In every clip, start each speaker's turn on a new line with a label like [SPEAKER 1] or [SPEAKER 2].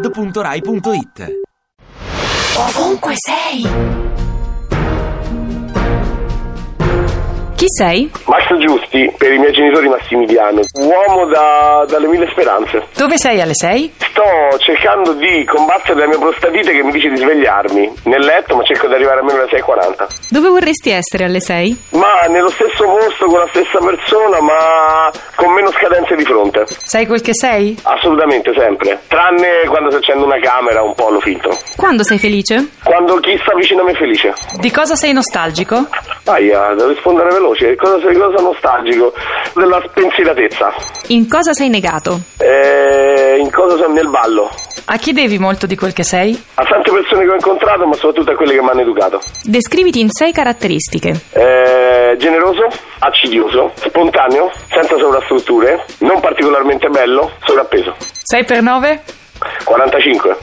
[SPEAKER 1] radio2pod.rai.it
[SPEAKER 2] Ovunque sei!
[SPEAKER 3] Chi sei?
[SPEAKER 4] Max Giusti, per i miei genitori Massimiliano, uomo da- dalle mille speranze.
[SPEAKER 3] Dove sei alle 6?
[SPEAKER 4] Sto cercando di combattere la mia prostatite che mi dice di svegliarmi nel letto, ma cerco di arrivare almeno alle 6.40.
[SPEAKER 3] Dove vorresti essere alle 6?
[SPEAKER 4] Ma nello stesso posto, con la stessa persona, ma con meno scadenze di fronte.
[SPEAKER 3] Sai quel che sei?
[SPEAKER 4] Assolutamente, sempre. Tranne quando si accende una camera, un po' lo filtro.
[SPEAKER 3] Quando sei felice?
[SPEAKER 4] Quando chi sta vicino a me è felice.
[SPEAKER 3] Di cosa sei nostalgico?
[SPEAKER 4] Aia, devo rispondere veloce. Cosa, cosa nostalgico? Della spensieratezza.
[SPEAKER 3] In cosa sei negato?
[SPEAKER 4] Eh, in cosa sono nel ballo?
[SPEAKER 3] A chi devi molto di quel che sei?
[SPEAKER 4] A tante persone che ho incontrato, ma soprattutto a quelle che mi hanno educato.
[SPEAKER 3] Descriviti in sei caratteristiche.
[SPEAKER 4] Eh, generoso, accidioso, spontaneo, senza sovrastrutture, non particolarmente bello, sovrappeso.
[SPEAKER 3] 6 per 9?
[SPEAKER 4] 45.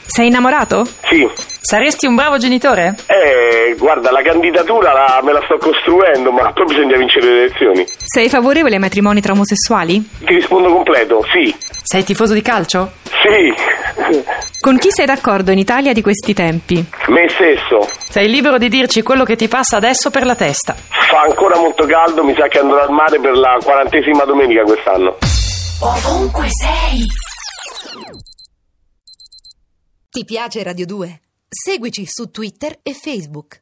[SPEAKER 3] Sei innamorato?
[SPEAKER 4] Sì.
[SPEAKER 3] Saresti un bravo genitore?
[SPEAKER 4] Eh, guarda, la candidatura la- me la sto costruendo, ma poi bisogna vincere le elezioni.
[SPEAKER 3] Sei favorevole ai matrimoni tra omosessuali?
[SPEAKER 4] Ti rispondo completo, sì.
[SPEAKER 3] Sei tifoso di calcio?
[SPEAKER 4] Sì.
[SPEAKER 3] Con chi sei d'accordo in Italia di questi tempi?
[SPEAKER 4] Me stesso.
[SPEAKER 3] Sei libero di dirci quello che ti passa adesso per la testa.
[SPEAKER 4] Fa ancora molto caldo, mi sa che andrò al mare per la quarantesima domenica quest'anno.
[SPEAKER 2] Ovunque sei!
[SPEAKER 5] Ti piace Radio 2? Seguici su Twitter e Facebook.